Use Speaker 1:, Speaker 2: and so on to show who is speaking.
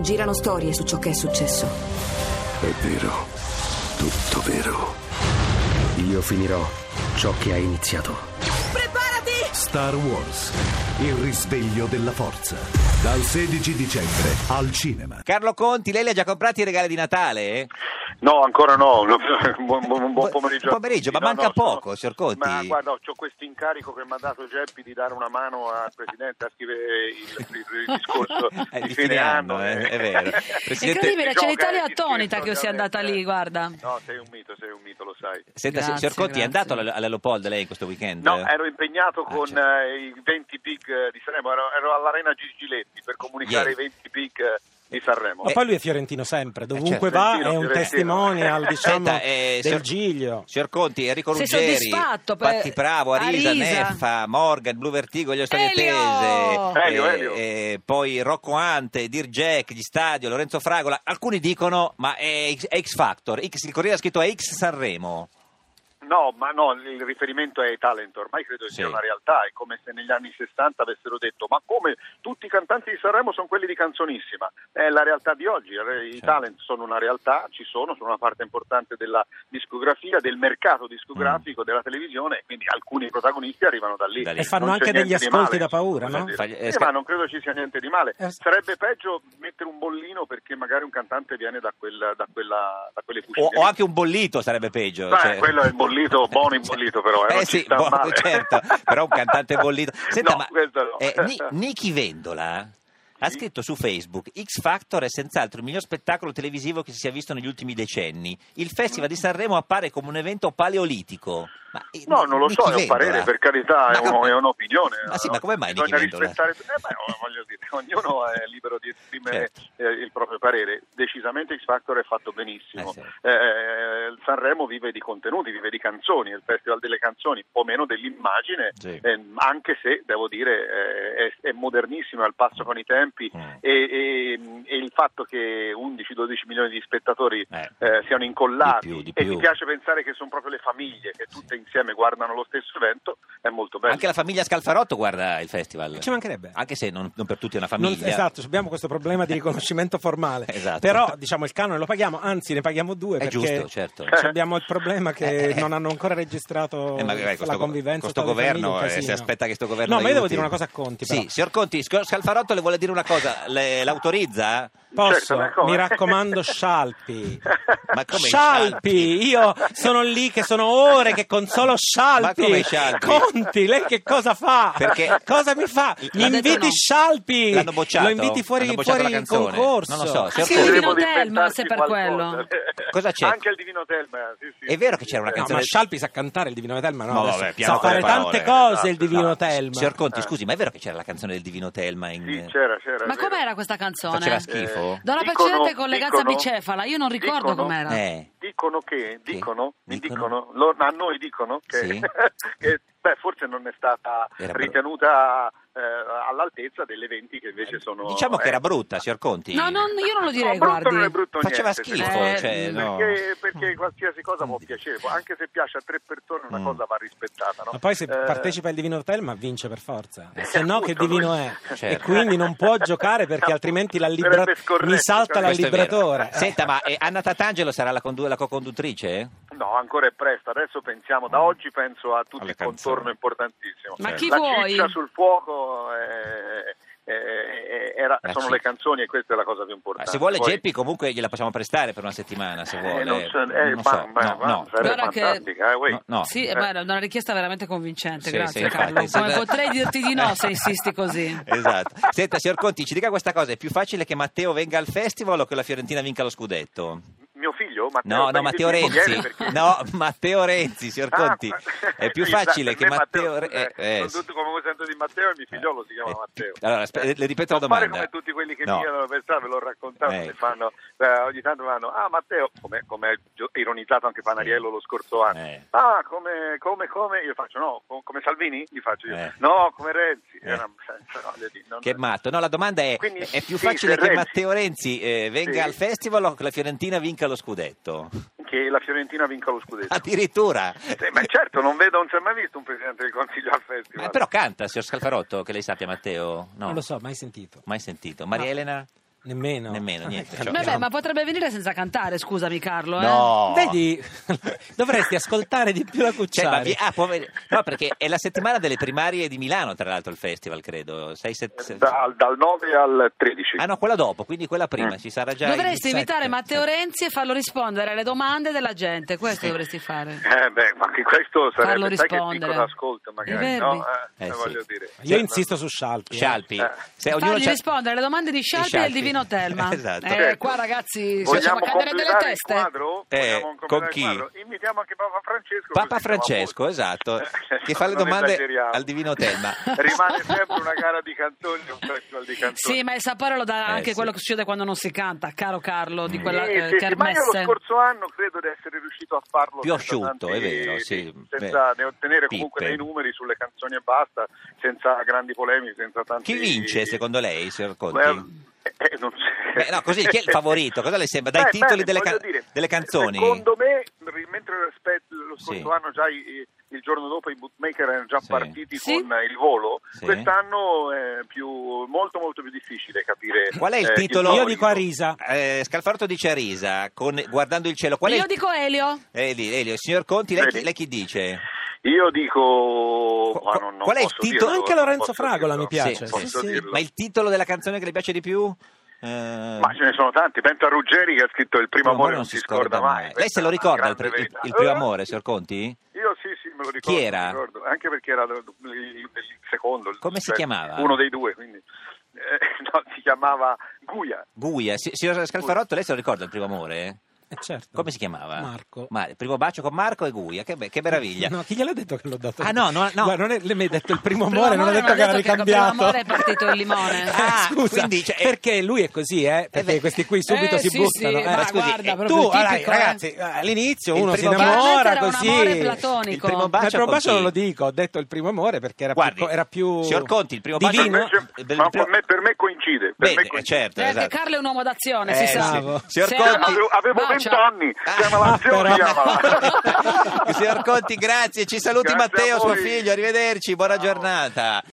Speaker 1: Girano storie su ciò che è successo.
Speaker 2: È vero, tutto vero. Io finirò ciò che ha iniziato.
Speaker 3: Preparati!
Speaker 4: Star Wars, il risveglio della forza. Dal 16 dicembre al cinema.
Speaker 5: Carlo Conti, lei le ha già comprati i regali di Natale?
Speaker 6: No, ancora no. buon, buon, buon pomeriggio.
Speaker 5: Buon pomeriggio, ma
Speaker 6: No,
Speaker 5: manca
Speaker 6: no, sono-
Speaker 5: poco, signor Conti.
Speaker 6: Ma guarda, ho questo incarico che mi ha dato Geppi di dare una mano al Presidente a scrivere il, il- il discorso
Speaker 5: Eh,
Speaker 6: di, fine anno.
Speaker 5: eh, è vero.
Speaker 6: Presidente,
Speaker 3: Incredibile, c'è
Speaker 6: gioca,
Speaker 3: l'Italia
Speaker 6: eh, ti
Speaker 3: attonita
Speaker 6: scherzo,
Speaker 3: che sia andata
Speaker 6: ovviamente.
Speaker 3: lì, guarda.
Speaker 6: eh, No, sei un mito, sei un mito, lo sai.
Speaker 5: Senta,
Speaker 3: Grazie,
Speaker 5: signor Conti, è
Speaker 3: grazie.
Speaker 5: andato alla, alla Leopolda lei questo weekend?
Speaker 6: No, ero impegnato
Speaker 5: Ah,
Speaker 6: con
Speaker 5: certo.
Speaker 6: eh, i 20 big eh, di Sanremo, ero, ero all'Arena Gigiletti per comunicare
Speaker 5: Ieri.
Speaker 6: i 20 big eh, di Sanremo.
Speaker 7: Ma poi lui è fiorentino sempre, dovunque
Speaker 5: certo.
Speaker 7: va
Speaker 6: Fiorentino,
Speaker 7: è un
Speaker 6: fiorentino.
Speaker 7: testimonial, diciamo,
Speaker 5: Senta, eh,
Speaker 7: del
Speaker 5: signor-
Speaker 7: Giglio.
Speaker 5: Signor Conti, Enrico
Speaker 3: Sei
Speaker 5: Ruggeri,
Speaker 3: soddisfatto per-
Speaker 5: Patti Bravo, Arisa,
Speaker 3: Arisa.
Speaker 5: Neffa, Morgan, Blue Vertigo, gli
Speaker 3: Elio!
Speaker 5: Ostagnetese,
Speaker 6: Elio, Elio.
Speaker 5: eh, poi Rocco Ante, Dir Jack, Gli Stadio, Lorenzo Fragola. Alcuni dicono, ma è X, è X Factor, X, il Corriere ha scritto è X Sanremo.
Speaker 6: No, ma no, il riferimento è ai talent, ormai credo
Speaker 5: Sì.
Speaker 6: sia una realtà, è come se negli anni 60 avessero detto ma come tutti i cantanti di Sanremo sono quelli di canzonissima, è la realtà di oggi, eh, i
Speaker 5: Certo.
Speaker 6: talent sono una realtà, ci sono, sono una parte importante della discografia, del mercato discografico, della televisione, quindi alcuni protagonisti arrivano da lì.
Speaker 5: Mm. Da lì.
Speaker 7: E fanno
Speaker 6: Non c'è
Speaker 7: anche degli
Speaker 6: niente di
Speaker 7: ascolti
Speaker 6: male,
Speaker 7: da paura,
Speaker 6: voglio
Speaker 7: no?
Speaker 6: dire.
Speaker 5: Fagli- eh,
Speaker 6: Sì,
Speaker 5: sca-
Speaker 6: ma non credo ci sia niente di male.
Speaker 7: Eh,
Speaker 6: Sarebbe peggio mettere un bollino perché magari un cantante viene da, quel- da quella- da quelle
Speaker 5: O,
Speaker 6: fucine.
Speaker 5: o anche un bollito sarebbe peggio. cioè.
Speaker 6: Beh, quello è il bollito, buono il bollito però, eh, non
Speaker 5: Eh
Speaker 6: ci
Speaker 5: sì,
Speaker 6: sta
Speaker 5: buono,
Speaker 6: male.
Speaker 5: certo, però un cantante bollito. Senta,
Speaker 6: No,
Speaker 5: ma
Speaker 6: questo no.
Speaker 5: eh, Ni- Niki Vendola ha
Speaker 6: Sì.
Speaker 5: scritto su Facebook X Factor è senz'altro il miglior spettacolo televisivo che si sia visto negli ultimi decenni. Il Festival di Sanremo appare come un evento paleolitico. Ma, eh,
Speaker 6: No, non lo
Speaker 5: Niki
Speaker 6: so, è un
Speaker 5: Vendola?
Speaker 6: parere, per carità,
Speaker 5: eh. Ma
Speaker 6: è, uno-
Speaker 5: come-
Speaker 6: è un'opinione.
Speaker 5: Ma sì,
Speaker 6: no?
Speaker 5: ma come mai Niki
Speaker 6: Bisogna
Speaker 5: Vendola?
Speaker 6: rispettare... eh, beh, no, voglio dire, ognuno è libero di esprimere
Speaker 5: Certo.
Speaker 6: eh, il proprio parere. Decisamente X Factor è fatto benissimo.
Speaker 5: Eh, sì.
Speaker 6: Eh, Sanremo vive di contenuti, vive di canzoni, è il Festival delle canzoni, un po' meno dell'immagine,
Speaker 5: Sì.
Speaker 6: eh, anche se, devo dire, eh, è, è modernissimo, è al passo con i tempi
Speaker 5: Mm.
Speaker 6: e, e- e il fatto che 11-12 milioni di spettatori
Speaker 5: Eh.
Speaker 6: eh, siano incollati
Speaker 5: Di più, di
Speaker 6: e
Speaker 5: più.
Speaker 6: mi piace pensare che sono proprio le famiglie che tutte insieme guardano lo stesso evento è molto bello
Speaker 5: Anche la famiglia Scalfarotto guarda il festival.
Speaker 7: Ci mancherebbe.
Speaker 5: Anche se non, non per tutti è una
Speaker 7: Non-
Speaker 5: famiglia.
Speaker 7: esatto, abbiamo questo problema di riconoscimento formale.
Speaker 5: Esatto.
Speaker 7: Però diciamo il canone lo paghiamo, anzi ne paghiamo due
Speaker 5: È
Speaker 7: perché
Speaker 5: giusto, certo.
Speaker 7: ci abbiamo il problema che
Speaker 5: Eh, eh, eh.
Speaker 7: non hanno ancora registrato
Speaker 5: Eh, ma magari
Speaker 7: la
Speaker 5: questo-
Speaker 7: convivenza.
Speaker 5: questo
Speaker 7: tra le
Speaker 5: governo
Speaker 7: famiglie, un
Speaker 5: eh, si
Speaker 7: casino.
Speaker 5: aspetta che questo governo
Speaker 7: No, ma io devo
Speaker 5: aiuti.
Speaker 7: dire una cosa a Conti
Speaker 5: sì,
Speaker 7: però.
Speaker 5: signor Conti Sc- Scalfarotto le vuole dire una cosa le, l'autorizza?
Speaker 7: Posso?
Speaker 6: Certo, ma come?
Speaker 7: Mi raccomando Scialpi.
Speaker 5: Ma come
Speaker 7: Scialpi, io sono lì che sono ore che consolo Scialpi.
Speaker 5: Ma come Scialpi?
Speaker 7: Conti, lei che cosa fa?
Speaker 5: Perché-
Speaker 7: cosa mi fa? Mi
Speaker 5: L'ha detto
Speaker 7: inviti
Speaker 3: no.
Speaker 7: Scialpi.
Speaker 5: L'hanno bocciato?
Speaker 7: Lo inviti fuori,
Speaker 5: L'hanno bocciato
Speaker 7: fuori
Speaker 5: la
Speaker 7: il
Speaker 5: canzone?
Speaker 7: concorso. Ah,
Speaker 5: Non lo so, signor
Speaker 3: Anche il
Speaker 5: Conti.
Speaker 3: Divino
Speaker 6: Dovremmo
Speaker 3: Telma, se
Speaker 6: inventarci
Speaker 3: per
Speaker 6: qualcosa.
Speaker 3: quello.
Speaker 5: Cosa c'è?
Speaker 6: anche il Divino Telma sì, sì,
Speaker 5: È vero che
Speaker 6: sì,
Speaker 5: c'era una
Speaker 6: sì.
Speaker 5: canzone-
Speaker 7: No, ma Scialpi sa cantare il Divino Telma, no?
Speaker 5: No,
Speaker 7: Adesso
Speaker 5: vabbè, piano
Speaker 7: sa
Speaker 5: con le
Speaker 7: fare tante
Speaker 5: parole.
Speaker 7: cose il Divino Telma. Ah.
Speaker 5: Signor Conti, scusi, ma è vero che c'era la canzone del Divino Telma in...
Speaker 6: sì, c'era, c'era, Eh,
Speaker 3: Ma
Speaker 6: vero.
Speaker 3: com'era questa canzone?
Speaker 5: Faceva schifo?
Speaker 3: Donna
Speaker 6: dicono-
Speaker 3: Precedente con leganza
Speaker 6: dicono-
Speaker 3: bicefala, io non ricordo
Speaker 6: dicono-
Speaker 3: com'era.
Speaker 5: Eh.
Speaker 6: dicono che dicono, mi
Speaker 5: Dicono?
Speaker 6: dicono, lo- a noi dicono che,
Speaker 5: Sì.
Speaker 6: che, beh, forse non è stata
Speaker 5: Era bru-
Speaker 6: ritenuta eh, all'altezza delle 20 che invece sono
Speaker 5: Diciamo che
Speaker 6: eh,
Speaker 5: era brutta, signor Conti.
Speaker 3: No, non- io non lo
Speaker 6: No,
Speaker 3: direi,
Speaker 6: brutto
Speaker 3: guardi.
Speaker 6: non è brutto
Speaker 5: Faceva
Speaker 6: niente,
Speaker 5: schifo,
Speaker 6: sì.
Speaker 5: cioè, no.
Speaker 6: perché, perché qualsiasi cosa può piacere, può- anche se piace a tre persone una
Speaker 5: Mm.
Speaker 6: cosa va rispettata. No?
Speaker 7: Ma poi se
Speaker 6: Eh,
Speaker 7: partecipa il Divino Telma vince per forza,
Speaker 6: eh,
Speaker 7: se no che
Speaker 6: appunto,
Speaker 7: divino
Speaker 6: lui-
Speaker 7: è? E
Speaker 5: Certo.
Speaker 7: quindi non può giocare perché altrimenti la libra...
Speaker 6: Sarebbe scorretto,
Speaker 7: mi salta
Speaker 6: cioè.
Speaker 7: la
Speaker 5: Questo è vero.
Speaker 7: libratore.
Speaker 5: Senta, ma eh, Anna Tatangelo sarà la, condu- la co-conduttrice?
Speaker 6: No, ancora è presto, adesso pensiamo, da oggi penso a tutto
Speaker 5: Mm. Alle
Speaker 6: il contorno
Speaker 5: canzoni. Eh.
Speaker 6: importantissimo.
Speaker 3: Ma
Speaker 6: Cioè,
Speaker 3: chi
Speaker 6: la
Speaker 3: vuoi?
Speaker 6: ciccia sul fuoco eh, eh, era-
Speaker 5: La
Speaker 6: sono
Speaker 5: ciccia.
Speaker 6: le canzoni e questa è la cosa più
Speaker 5: Ma
Speaker 6: importante.
Speaker 5: se vuole
Speaker 6: Poi-
Speaker 5: Geppi comunque gliela possiamo prestare per una settimana, se
Speaker 6: Eh,
Speaker 5: vuole.
Speaker 6: non so, eh,
Speaker 5: Non
Speaker 6: ma-
Speaker 5: so,
Speaker 6: ma-
Speaker 5: no,
Speaker 6: ma-
Speaker 5: no.
Speaker 6: sarebbe
Speaker 3: Guarda che-
Speaker 6: fantastica, eh, uè.
Speaker 5: No, no.
Speaker 3: Sì,
Speaker 6: Eh.
Speaker 3: ma era una richiesta veramente convincente,
Speaker 5: Sì,
Speaker 3: grazie
Speaker 5: sì,
Speaker 3: Carlo.
Speaker 5: infatti,
Speaker 3: Come
Speaker 5: se-
Speaker 3: potrei dirti di no se insisti così.
Speaker 5: Esatto. Senta, signor Conti, ci dica questa cosa: è più facile che Matteo venga al festival o che la Fiorentina vinca lo scudetto?
Speaker 6: Mio figlio? Matteo,
Speaker 5: No, no,
Speaker 6: Benedetto
Speaker 5: Matteo
Speaker 6: viene
Speaker 5: Renzi.
Speaker 6: perché-
Speaker 5: No, Matteo Renzi, signor
Speaker 6: Ah,
Speaker 5: Conti.
Speaker 6: ma-
Speaker 5: È più
Speaker 6: Sì, esatto,
Speaker 5: facile
Speaker 6: per
Speaker 5: che
Speaker 6: me
Speaker 5: Matteo Re-
Speaker 6: scusa,
Speaker 5: eh, eh,
Speaker 6: sono tutto come voi sento di Matteo e mio figliolo si chiama
Speaker 5: Eh,
Speaker 6: Matteo.
Speaker 5: allora, aspe- le- le ripeto la
Speaker 6: Non fare
Speaker 5: domanda.
Speaker 6: come tutti quelli che
Speaker 5: No.
Speaker 6: mi chiedono per strada, ve l'ho raccontato,
Speaker 5: Eh.
Speaker 6: che fanno, eh, ogni tanto vanno, ah Matteo, come, come ha gio- ironizzato anche Panariello
Speaker 5: Sì.
Speaker 6: lo scorso anno,
Speaker 5: Eh.
Speaker 6: ah come, come, come, io faccio no, co- come Salvini? Gli faccio io,
Speaker 5: Eh.
Speaker 6: no, come Renzi.
Speaker 5: Eh.
Speaker 6: È una- cioè, no, voglio dire, non-
Speaker 5: Che matto. No, la domanda è:
Speaker 6: Quindi,
Speaker 5: è più
Speaker 6: sì,
Speaker 5: facile
Speaker 6: se
Speaker 5: che
Speaker 6: Renzi-
Speaker 5: Matteo Renzi eh, venga
Speaker 6: Sì.
Speaker 5: al festival o che la Fiorentina vinca lo scudetto?
Speaker 6: Che la Fiorentina vinca lo scudetto.
Speaker 5: Ah, Addirittura. Eh,
Speaker 6: Sì, ma certo, non vedo, non si è mai visto un presidente del Consiglio al festival.
Speaker 5: Ma però canta, signor Scalfarotto, che lei sappia, Matteo. No,
Speaker 7: Non lo so, mai sentito.
Speaker 5: mai sentito. Maria Elena?
Speaker 7: Nemmeno.
Speaker 5: Nemmeno, niente.
Speaker 7: Cioè,
Speaker 3: Vabbè, ma potrebbe venire senza cantare, scusami Carlo. eh.
Speaker 5: No.
Speaker 7: Vedi, dovresti ascoltare di più la
Speaker 5: Oh. Cioè, ma
Speaker 7: Cucciari.
Speaker 5: vi- ah, poveri- No, perché è la settimana delle primarie di Milano, tra l'altro, il festival, credo. Sei, set- se-
Speaker 6: Dal, dal 9 al 13.
Speaker 5: Ah no, quella dopo, quindi quella prima,
Speaker 6: Mm.
Speaker 5: ci sarà già il
Speaker 3: Eh. Dovresti
Speaker 5: set.
Speaker 3: invitare Matteo Renzi e farlo rispondere alle domande della gente, questo dovresti fare.
Speaker 6: Eh beh, ma anche questo
Speaker 3: Farlo
Speaker 6: sarebbe sai che
Speaker 3: rispondere.
Speaker 6: piccolo ascolto
Speaker 3: I
Speaker 6: magari, no?
Speaker 5: verbi.
Speaker 6: Eh,
Speaker 5: Eh, sì.
Speaker 6: voglio dire.
Speaker 7: Io insisto su Scialpi. eh.
Speaker 5: Scialpi.
Speaker 6: Eh.
Speaker 5: Se ognuno
Speaker 3: Fargli
Speaker 5: c'ha-
Speaker 3: rispondere alle domande di Scialpi e del
Speaker 5: Scialpi.
Speaker 3: Divino Telma.
Speaker 5: Esatto.
Speaker 3: Eh,
Speaker 6: Certo.
Speaker 3: qua ragazzi facciamo
Speaker 6: Vogliamo
Speaker 3: cadere delle
Speaker 6: completare il
Speaker 3: teste.
Speaker 6: quadro?
Speaker 5: Eh,
Speaker 6: Vogliamo completare
Speaker 5: con
Speaker 6: il
Speaker 5: chi?
Speaker 6: quadro? Invitiamo anche Papa Francesco.
Speaker 5: Papa
Speaker 6: così siamo a
Speaker 5: Francesco,
Speaker 6: posto.
Speaker 5: esatto,
Speaker 6: Eh,
Speaker 5: che fa le
Speaker 6: non
Speaker 5: domande
Speaker 6: esageriamo.
Speaker 5: al divino Telma.
Speaker 6: Rimane sempre una gara di canzoni, un festival di canzoni.
Speaker 3: Sì, ma il sapore lo dà
Speaker 5: Eh,
Speaker 3: anche
Speaker 5: sì.
Speaker 3: quello che succede quando non si canta, caro Carlo, di quella
Speaker 6: Sì, sì,
Speaker 3: eh,
Speaker 6: sì, ma io lo
Speaker 3: kermesse.
Speaker 6: scorso anno credo di essere riuscito a farlo
Speaker 5: Più
Speaker 6: senza
Speaker 5: asciutto,
Speaker 6: tanti-
Speaker 5: è vero, sì.
Speaker 6: senza
Speaker 5: Beh,
Speaker 6: ne ottenere comunque
Speaker 5: pippe.
Speaker 6: dei numeri sulle canzoni e basta, senza grandi polemiche, senza tanti
Speaker 5: Chi vince secondo lei, signor Conti?
Speaker 6: Beh, eh, non so.
Speaker 5: Beh, no, così, chi è il favorito? Cosa le sembra? Dai titoli delle
Speaker 6: voglio
Speaker 5: ca- delle canzoni?
Speaker 6: Secondo me, ri- mentre rispetto- lo scorso
Speaker 5: Sì.
Speaker 6: anno già i- il giorno dopo i bookmaker erano già
Speaker 5: Sì.
Speaker 6: partiti
Speaker 3: Sì.
Speaker 6: con il volo,
Speaker 5: Sì.
Speaker 6: quest'anno è più, molto molto più difficile capire.
Speaker 5: Qual è il
Speaker 6: eh,
Speaker 5: titolo?
Speaker 7: Io
Speaker 6: favorito.
Speaker 7: dico a risa.
Speaker 5: Eh, Scalfarto dice a risa, con- guardando il cielo. Qual è
Speaker 3: Io
Speaker 5: il...
Speaker 3: dico Elio.
Speaker 5: Eh, lì, Elio, signor Conti, lei, chi-
Speaker 6: Vedi.
Speaker 5: lei chi dice?
Speaker 6: Io dico.
Speaker 5: Qu-
Speaker 6: ma non- non
Speaker 5: qual è il
Speaker 6: posso
Speaker 5: titolo?
Speaker 6: dirlo,
Speaker 7: Anche Lorenzo
Speaker 6: non posso
Speaker 7: Fragola
Speaker 6: dirlo.
Speaker 7: mi piace.
Speaker 6: Non posso
Speaker 7: Sì, sì.
Speaker 6: dirlo.
Speaker 5: Ma il titolo della canzone che le piace di più? Eh,
Speaker 6: Ma ce ne sono tanti. Penso a Ruggeri che ha scritto Il primo
Speaker 5: no,
Speaker 6: amore
Speaker 5: ma
Speaker 6: non si scorda, mai.
Speaker 5: Lei se lo
Speaker 6: Questa è una
Speaker 5: ricorda il,
Speaker 6: grande
Speaker 5: pre- il-
Speaker 6: verità.
Speaker 5: il primo
Speaker 6: Eh,
Speaker 5: amore, signor Conti?
Speaker 6: Io sì, sì, me lo ricordo.
Speaker 5: Chi era?
Speaker 6: me lo ricordo, Anche perché era il, il- il secondo. il- cioè,
Speaker 5: Come si chiamava?
Speaker 6: Uno dei due, quindi. eh, no, si chiamava Guia.
Speaker 5: Guia, si- signor Scalfarotto, lei se lo ricorda il primo amore?
Speaker 7: Eh, certo.
Speaker 5: Come si chiamava?
Speaker 7: Marco.
Speaker 5: Ma, il primo bacio con Marco e Guia, che, be- che meraviglia.
Speaker 7: No, chi gliel'ha detto che l'ho dato?
Speaker 5: Ah, no, no, no.
Speaker 7: Guarda, non è- lei mi ha detto il primo
Speaker 3: Il
Speaker 7: amore,
Speaker 3: primo
Speaker 7: non ha
Speaker 3: amore
Speaker 7: detto che
Speaker 3: non
Speaker 7: era
Speaker 3: ha detto che il primo
Speaker 7: ricambiato.
Speaker 3: amore è partito il limone.
Speaker 7: Eh,
Speaker 5: Ah,
Speaker 7: scusa,
Speaker 5: quindi, cioè, eh,
Speaker 7: perché lui è così, eh? Perché
Speaker 5: beh,
Speaker 7: questi qui subito
Speaker 3: eh,
Speaker 7: si
Speaker 3: sì,
Speaker 7: buttano.
Speaker 3: sì,
Speaker 7: eh.
Speaker 3: ma
Speaker 7: scusi,
Speaker 3: guarda,
Speaker 7: eh,
Speaker 3: proprio
Speaker 7: tu,
Speaker 3: tipico,
Speaker 7: allora,
Speaker 3: eh.
Speaker 7: ragazzi, all'inizio
Speaker 5: Il
Speaker 7: uno si
Speaker 5: primo
Speaker 7: innamora
Speaker 3: bacio-
Speaker 7: così.
Speaker 3: Chiaramente era un amore platonico.
Speaker 5: Il primo
Speaker 7: Ma
Speaker 5: bacio,
Speaker 7: il primo
Speaker 5: con
Speaker 7: bacio
Speaker 5: chi?
Speaker 7: non lo dico, ho detto il primo amore perché era
Speaker 5: Guardi,
Speaker 7: più, era più
Speaker 5: signor Conti, il primo bacio-
Speaker 6: Per
Speaker 7: divino.
Speaker 6: me,
Speaker 5: Ah, eh, Beh,
Speaker 6: c'è-
Speaker 5: per-
Speaker 6: Cioè, ma
Speaker 5: per-
Speaker 6: per me, per me coincide. Per
Speaker 5: Bene,
Speaker 6: me coincide.
Speaker 5: certo,
Speaker 3: Eh,
Speaker 5: esatto.
Speaker 3: che Carlo è un uomo d'azione,
Speaker 5: Eh,
Speaker 3: si sa. eh,
Speaker 7: sì.
Speaker 5: Signor
Speaker 3: Se
Speaker 5: Conti-
Speaker 3: ama-
Speaker 6: Avevo- Avevo
Speaker 3: bacia.
Speaker 6: 20 anni,
Speaker 5: Ah.
Speaker 6: chiamala l'azione,
Speaker 7: Ah, però-
Speaker 6: chiamala.
Speaker 5: Signor Conti, grazie, ci saluti
Speaker 6: Grazie a
Speaker 5: Matteo, suo
Speaker 6: voi.
Speaker 5: figlio, arrivederci, buona giornata.